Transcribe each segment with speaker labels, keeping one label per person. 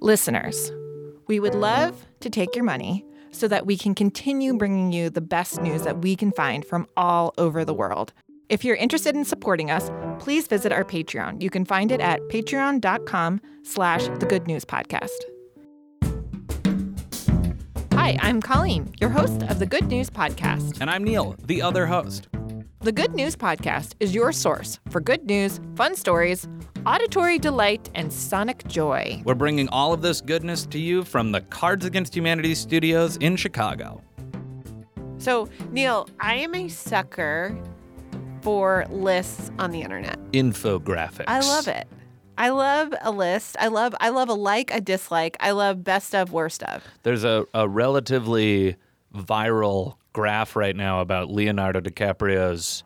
Speaker 1: Listeners, we would love to take your money so that we can continue bringing you the best news that we can find from all over the world. If you're interested in supporting us, please visit our Patreon. You can find it at patreon.com slash the good news podcast. Hi, I'm Colleen, your host of the Good News Podcast.
Speaker 2: And I'm Neil, the other host.
Speaker 1: The Good News Podcast is your source for good news, fun stories, auditory delight, and sonic joy.
Speaker 2: We're bringing all of this goodness to you from the Cards Against Humanity studios in Chicago.
Speaker 3: So, Neil, I am a sucker for lists on the internet.
Speaker 2: Infographics.
Speaker 3: I love it. I love a list. I love I love a like, a dislike. I love best of, worst of.
Speaker 2: There's a, a relatively viral graph right now about Leonardo DiCaprio's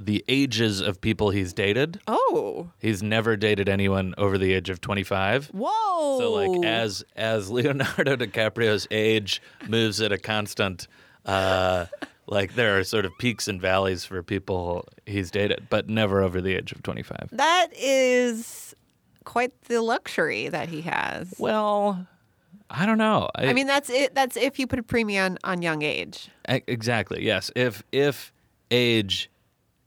Speaker 2: the ages of people he's dated.
Speaker 3: Oh.
Speaker 2: He's never dated anyone over the age of 25.
Speaker 3: Whoa.
Speaker 2: So like as as Leonardo DiCaprio's age moves at a constant uh like there are sort of peaks and valleys for people he's dated but never over the age of 25.
Speaker 3: that is quite the luxury that he has.
Speaker 2: Well, I don't know.
Speaker 3: I mean, that's it. That's if you put a premium on young age.
Speaker 2: E- Exactly. Yes. If if age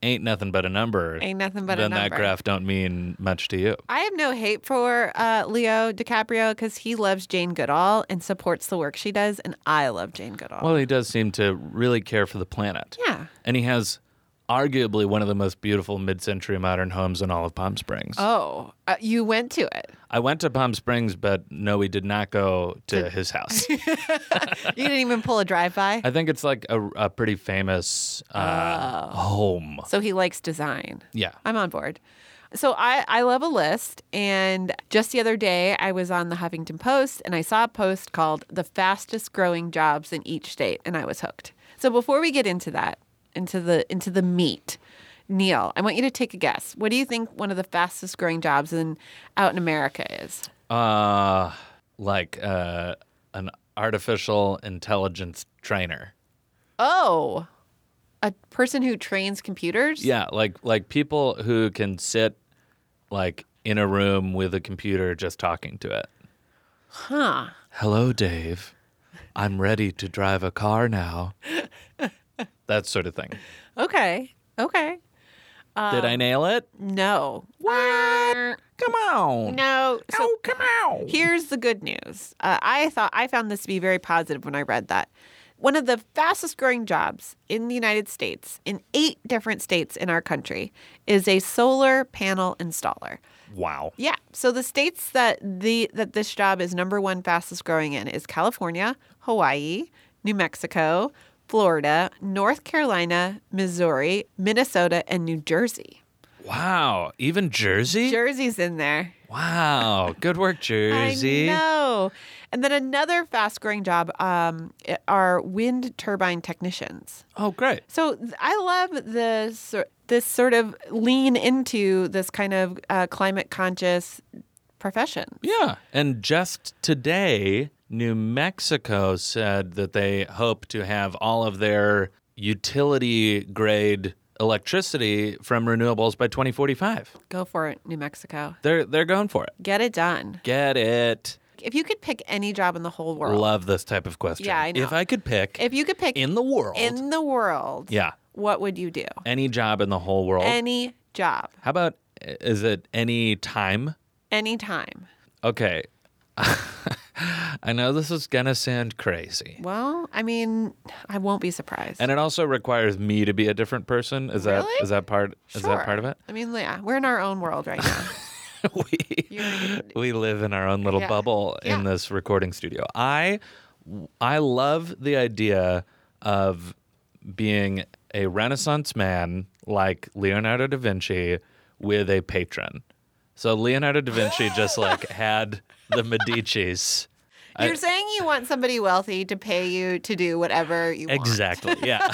Speaker 2: ain't nothing but a number,
Speaker 3: Ain't nothing but a
Speaker 2: then that
Speaker 3: number.
Speaker 2: graph don't mean much to you.
Speaker 3: I have no hate for uh, Leo DiCaprio because he loves Jane Goodall and supports the work she does, and I love Jane Goodall.
Speaker 2: Well, he does seem to really care for the planet.
Speaker 3: Yeah.
Speaker 2: And he has arguably one of the most beautiful mid-century modern homes in all of Palm Springs.
Speaker 3: oh, uh, you went to it.
Speaker 2: I went to Palm Springs, but no, we did not go to his house.
Speaker 3: You didn't even pull a drive by.
Speaker 2: I think it's like a, a pretty famous uh,
Speaker 3: Oh.
Speaker 2: home.
Speaker 3: So he likes design.
Speaker 2: Yeah.
Speaker 3: I'm on board. So I, I love a list. And just the other day, I was on the Huffington Post and I saw a post called The Fastest Growing Jobs in Each State. And I was hooked. So before we get into that, into the into the meat, Neil, I want you to take a guess. What do you think one of the fastest growing jobs in out in America is?
Speaker 2: Uh, like uh, an artificial intelligence trainer.
Speaker 3: Oh, a person who trains computers?
Speaker 2: Yeah, like like people who can sit like in a room with a computer just talking to it.
Speaker 3: Huh.
Speaker 2: Hello, Dave. I'm ready to drive a car now. that sort of thing.
Speaker 3: Okay. Okay.
Speaker 2: Did I nail it?
Speaker 3: No. Um, What?
Speaker 2: Come on.
Speaker 3: No. So-
Speaker 2: Oh, come on.
Speaker 3: Here's the good news. Uh, I thought I found this to be very positive when I read that. One of the fastest growing jobs in the United States, in eight different states in our country, is a solar panel installer.
Speaker 2: Wow.
Speaker 3: Yeah. So the states that the that this job is number one fastest growing in is California, Hawaii, New Mexico, Florida, North Carolina, Missouri, Minnesota, and New Jersey.
Speaker 2: Wow. Even Jersey?
Speaker 3: Jersey's in there.
Speaker 2: wow. Good work, Jersey.
Speaker 3: I know. And then another fast growing job um, are wind turbine technicians.
Speaker 2: Oh, great.
Speaker 3: So th- I love this this sort of lean into this kind of uh, climate conscious profession.
Speaker 2: Yeah. And just today, New Mexico said that they hope to have all of their utility grade electricity from renewables by 2045.
Speaker 3: Go for it, New Mexico.
Speaker 2: They're they're going for it.
Speaker 3: Get it done.
Speaker 2: Get it.
Speaker 3: If you could pick any job in the whole world,
Speaker 2: Love this type of question.
Speaker 3: Yeah, I know.
Speaker 2: If I could pick
Speaker 3: if you could pick
Speaker 2: in the world.
Speaker 3: in the world,
Speaker 2: yeah.
Speaker 3: what would you do?
Speaker 2: Any job in the whole world.
Speaker 3: Any job,
Speaker 2: How about is it any time?
Speaker 3: any time.
Speaker 2: Okay. I know this is going to sound crazy.
Speaker 3: Well, I mean, I won't be surprised.
Speaker 2: And it also requires me to be a different person. Is that
Speaker 3: Really?
Speaker 2: is that part is
Speaker 3: Sure.
Speaker 2: that part of it?
Speaker 3: I mean, yeah, we're in our own world right now.
Speaker 2: we we live in our own little
Speaker 3: Yeah.
Speaker 2: bubble in
Speaker 3: Yeah.
Speaker 2: this recording studio. I I love the idea of being a renaissance man like Leonardo da Vinci with a patron. So Leonardo da Vinci just like had the Medicis.
Speaker 3: You're saying you want somebody wealthy to pay you to do whatever you want.
Speaker 2: Exactly. Yeah.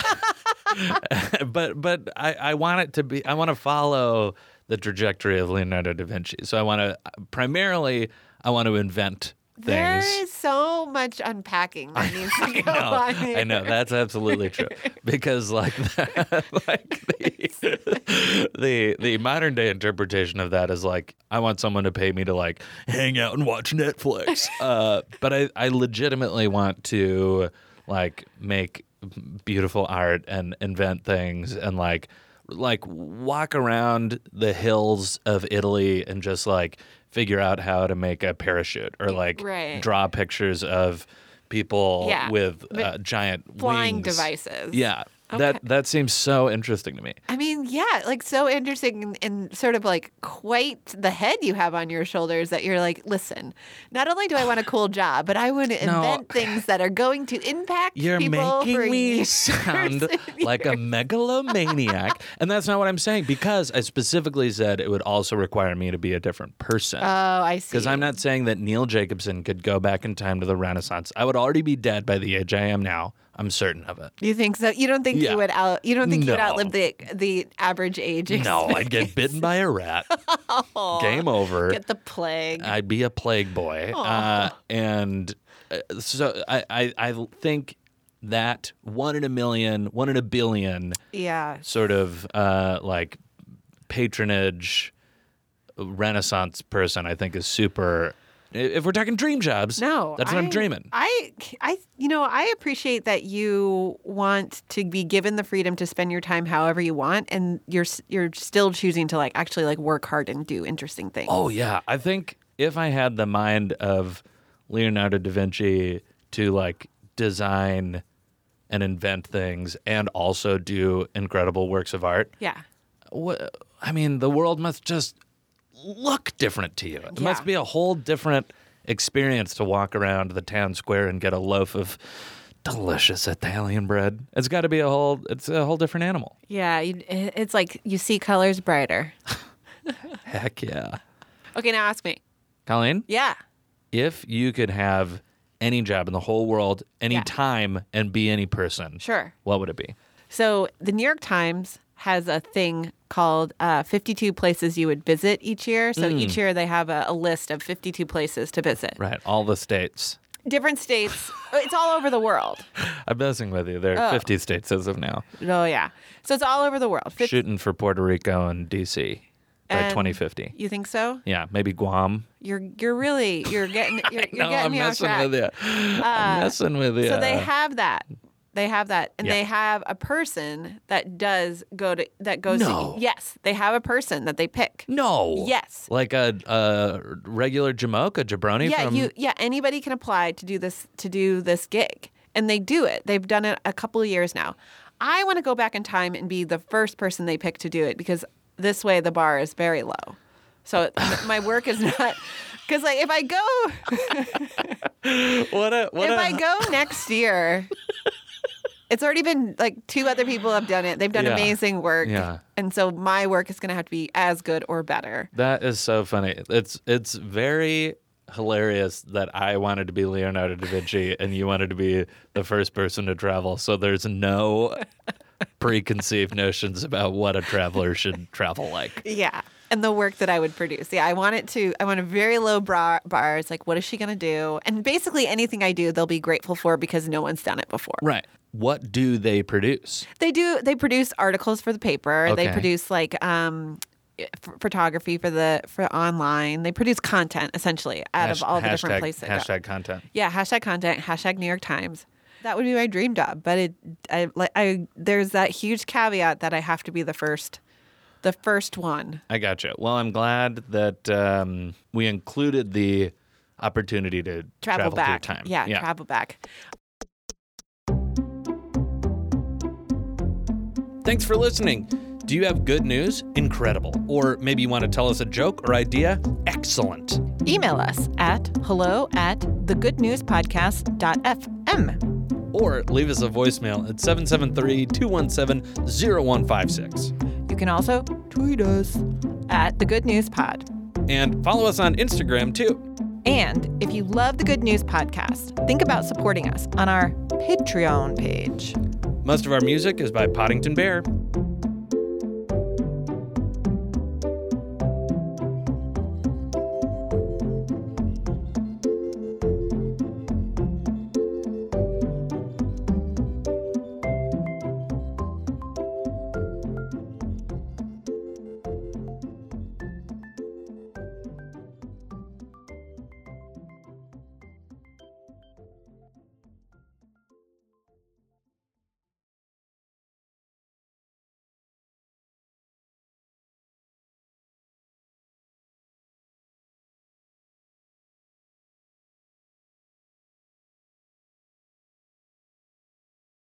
Speaker 2: but but I, I want it to be I want to follow the trajectory of Leonardo da Vinci. So I want to primarily I want to invent things.
Speaker 3: There is so much unpacking that needs to go
Speaker 2: No,
Speaker 3: on. Here.
Speaker 2: I know that's absolutely true because like that, like the, the the modern day interpretation of that is like I want someone to pay me to like hang out and watch Netflix, uh, but I I legitimately want to like make beautiful art and invent things and like like walk around the hills of Italy and just like figure out how to make a parachute or like
Speaker 3: Right.
Speaker 2: draw pictures of people
Speaker 3: Yeah.
Speaker 2: with
Speaker 3: With
Speaker 2: uh, giant
Speaker 3: Flying
Speaker 2: wings.
Speaker 3: devices.
Speaker 2: Yeah,
Speaker 3: Okay.
Speaker 2: that that seems so interesting to me.
Speaker 3: I mean, yeah, like so interesting and, and sort of like quite the head you have on your shoulders that you're like, listen, not only do I want a cool job, but I want to
Speaker 2: No.
Speaker 3: invent things that are going to impact
Speaker 2: You're
Speaker 3: people for
Speaker 2: making me
Speaker 3: years and
Speaker 2: sound like a
Speaker 3: years.
Speaker 2: megalomaniac, and that's not what I'm saying because I specifically said it would also require me to be a different person.
Speaker 3: Oh, I see.
Speaker 2: because I'm not saying that Neil Jacobson could go back in time to the Renaissance. I would already be dead by the age I am now. I'm certain of it.
Speaker 3: You think so? You don't think
Speaker 2: Yeah.
Speaker 3: you would out? You don't think you would
Speaker 2: No.
Speaker 3: outlive the the average age?
Speaker 2: No, I'd
Speaker 3: expectancy?
Speaker 2: get bitten by a rat. Game over.
Speaker 3: Get the plague.
Speaker 2: I'd be a plague boy. Uh, and uh, so I, I, I think that one in a million, one in a billion
Speaker 3: yeah.
Speaker 2: sort of uh, like patronage Renaissance person, I think is super. i- If we're talking dream jobs,
Speaker 3: No,
Speaker 2: that's what I, am
Speaker 3: I-
Speaker 2: dreaming.
Speaker 3: I, I, you know, I appreciate that you want to be given the freedom to spend your time however you want, and you're s- you're still choosing to like actually like work hard and do interesting things.
Speaker 2: Oh yeah, I think if I had the mind of Leonardo da Vinci to like design and invent things and also do incredible works of art,
Speaker 3: Yeah,
Speaker 2: what I mean, the world must just look different to you. It must
Speaker 3: Yeah.
Speaker 2: be a whole different experience to walk around the town square and get a loaf of delicious Italian bread. It's got to be a whole it's a whole different animal.
Speaker 3: yeah. You, it- it's like you see colors brighter.
Speaker 2: Heck yeah.
Speaker 3: Okay, now ask me.
Speaker 2: Colleen,
Speaker 3: Yeah.
Speaker 2: if you could have any job in the whole world, any
Speaker 3: Yeah.
Speaker 2: time and be any person,
Speaker 3: Sure.
Speaker 2: what would it be?
Speaker 3: So the New York Times has a thing called uh, 52 places you would visit each year. So each year they have a, a list of 52 places to visit.
Speaker 2: Right, all the states.
Speaker 3: Different states. it's all over the world.
Speaker 2: I'm messing with you. There are 50 states as of now.
Speaker 3: Oh yeah. So it's all over the world. Fif-
Speaker 2: Shooting for Puerto Rico and DC by
Speaker 3: And-
Speaker 2: 2050.
Speaker 3: You think so?
Speaker 2: Yeah, maybe Guam.
Speaker 3: You're you're really you're getting you're, you're
Speaker 2: no,
Speaker 3: getting
Speaker 2: I'm
Speaker 3: me
Speaker 2: messing
Speaker 3: off track. Uh,
Speaker 2: with you. I'm messing with you.
Speaker 3: So they have that. They have that, and
Speaker 2: Yeah.
Speaker 3: they have a person that does go to that goes.
Speaker 2: No.
Speaker 3: To, yes, they have a person that they pick.
Speaker 2: no.
Speaker 3: Yes.
Speaker 2: Like a, a regular Jamocha jabroni
Speaker 3: yeah,
Speaker 2: from
Speaker 3: you yeah anybody can apply to do this to do this gig, and they do it. They've done it a couple of years now. I want to go back in time and be the first person they pick to do it because this way the bar is very low. So my work is not because like if I go
Speaker 2: What a what
Speaker 3: if
Speaker 2: a
Speaker 3: I go next year, it's already been like two other people have done it. They've done
Speaker 2: Yeah.
Speaker 3: amazing work.
Speaker 2: Yeah.
Speaker 3: And so my work is going to have to be as good or better.
Speaker 2: That is so funny. It's it's very hilarious that I wanted to be Leonardo da Vinci and you wanted to be the first person to travel. So there's no preconceived notions about what a traveler should travel like.
Speaker 3: Yeah. And the work that I would produce. Yeah. I want it to, I want a very low bar. bar. It's like, what is she going to do? And basically anything I do, they'll be grateful for because no one's done it before.
Speaker 2: Right. What do they produce?
Speaker 3: They do, they produce articles for the paper. They
Speaker 2: Okay.
Speaker 3: produce like, um, ph- photography for the for online they produce content essentially out of
Speaker 2: Hash-
Speaker 3: all the
Speaker 2: hashtag-
Speaker 3: different places they go.
Speaker 2: Hashtag content.
Speaker 3: Yeah, hashtag content, hashtag New York Times. That would be my dream job, but it, I like, I there's that huge caveat that I have to be the first, the first one.
Speaker 2: I gotcha. Well, I'm glad that um, we included the opportunity to
Speaker 3: Travel,
Speaker 2: through
Speaker 3: back,
Speaker 2: time.
Speaker 3: Yeah, travel back.
Speaker 2: Thanks for listening. Do you have good news? Incredible. Or maybe you want to tell us a joke or idea? Excellent.
Speaker 1: Email us at hello at thegoodnewspodcast.fm.
Speaker 2: Or leave us a voicemail at 773 217 0156.
Speaker 1: You can also tweet us at the Good News Pod.
Speaker 2: And follow us on Instagram too.
Speaker 1: And if you love the Good News Podcast, think about supporting us on our Patreon page.
Speaker 2: Most of our music is by Poddington Bear.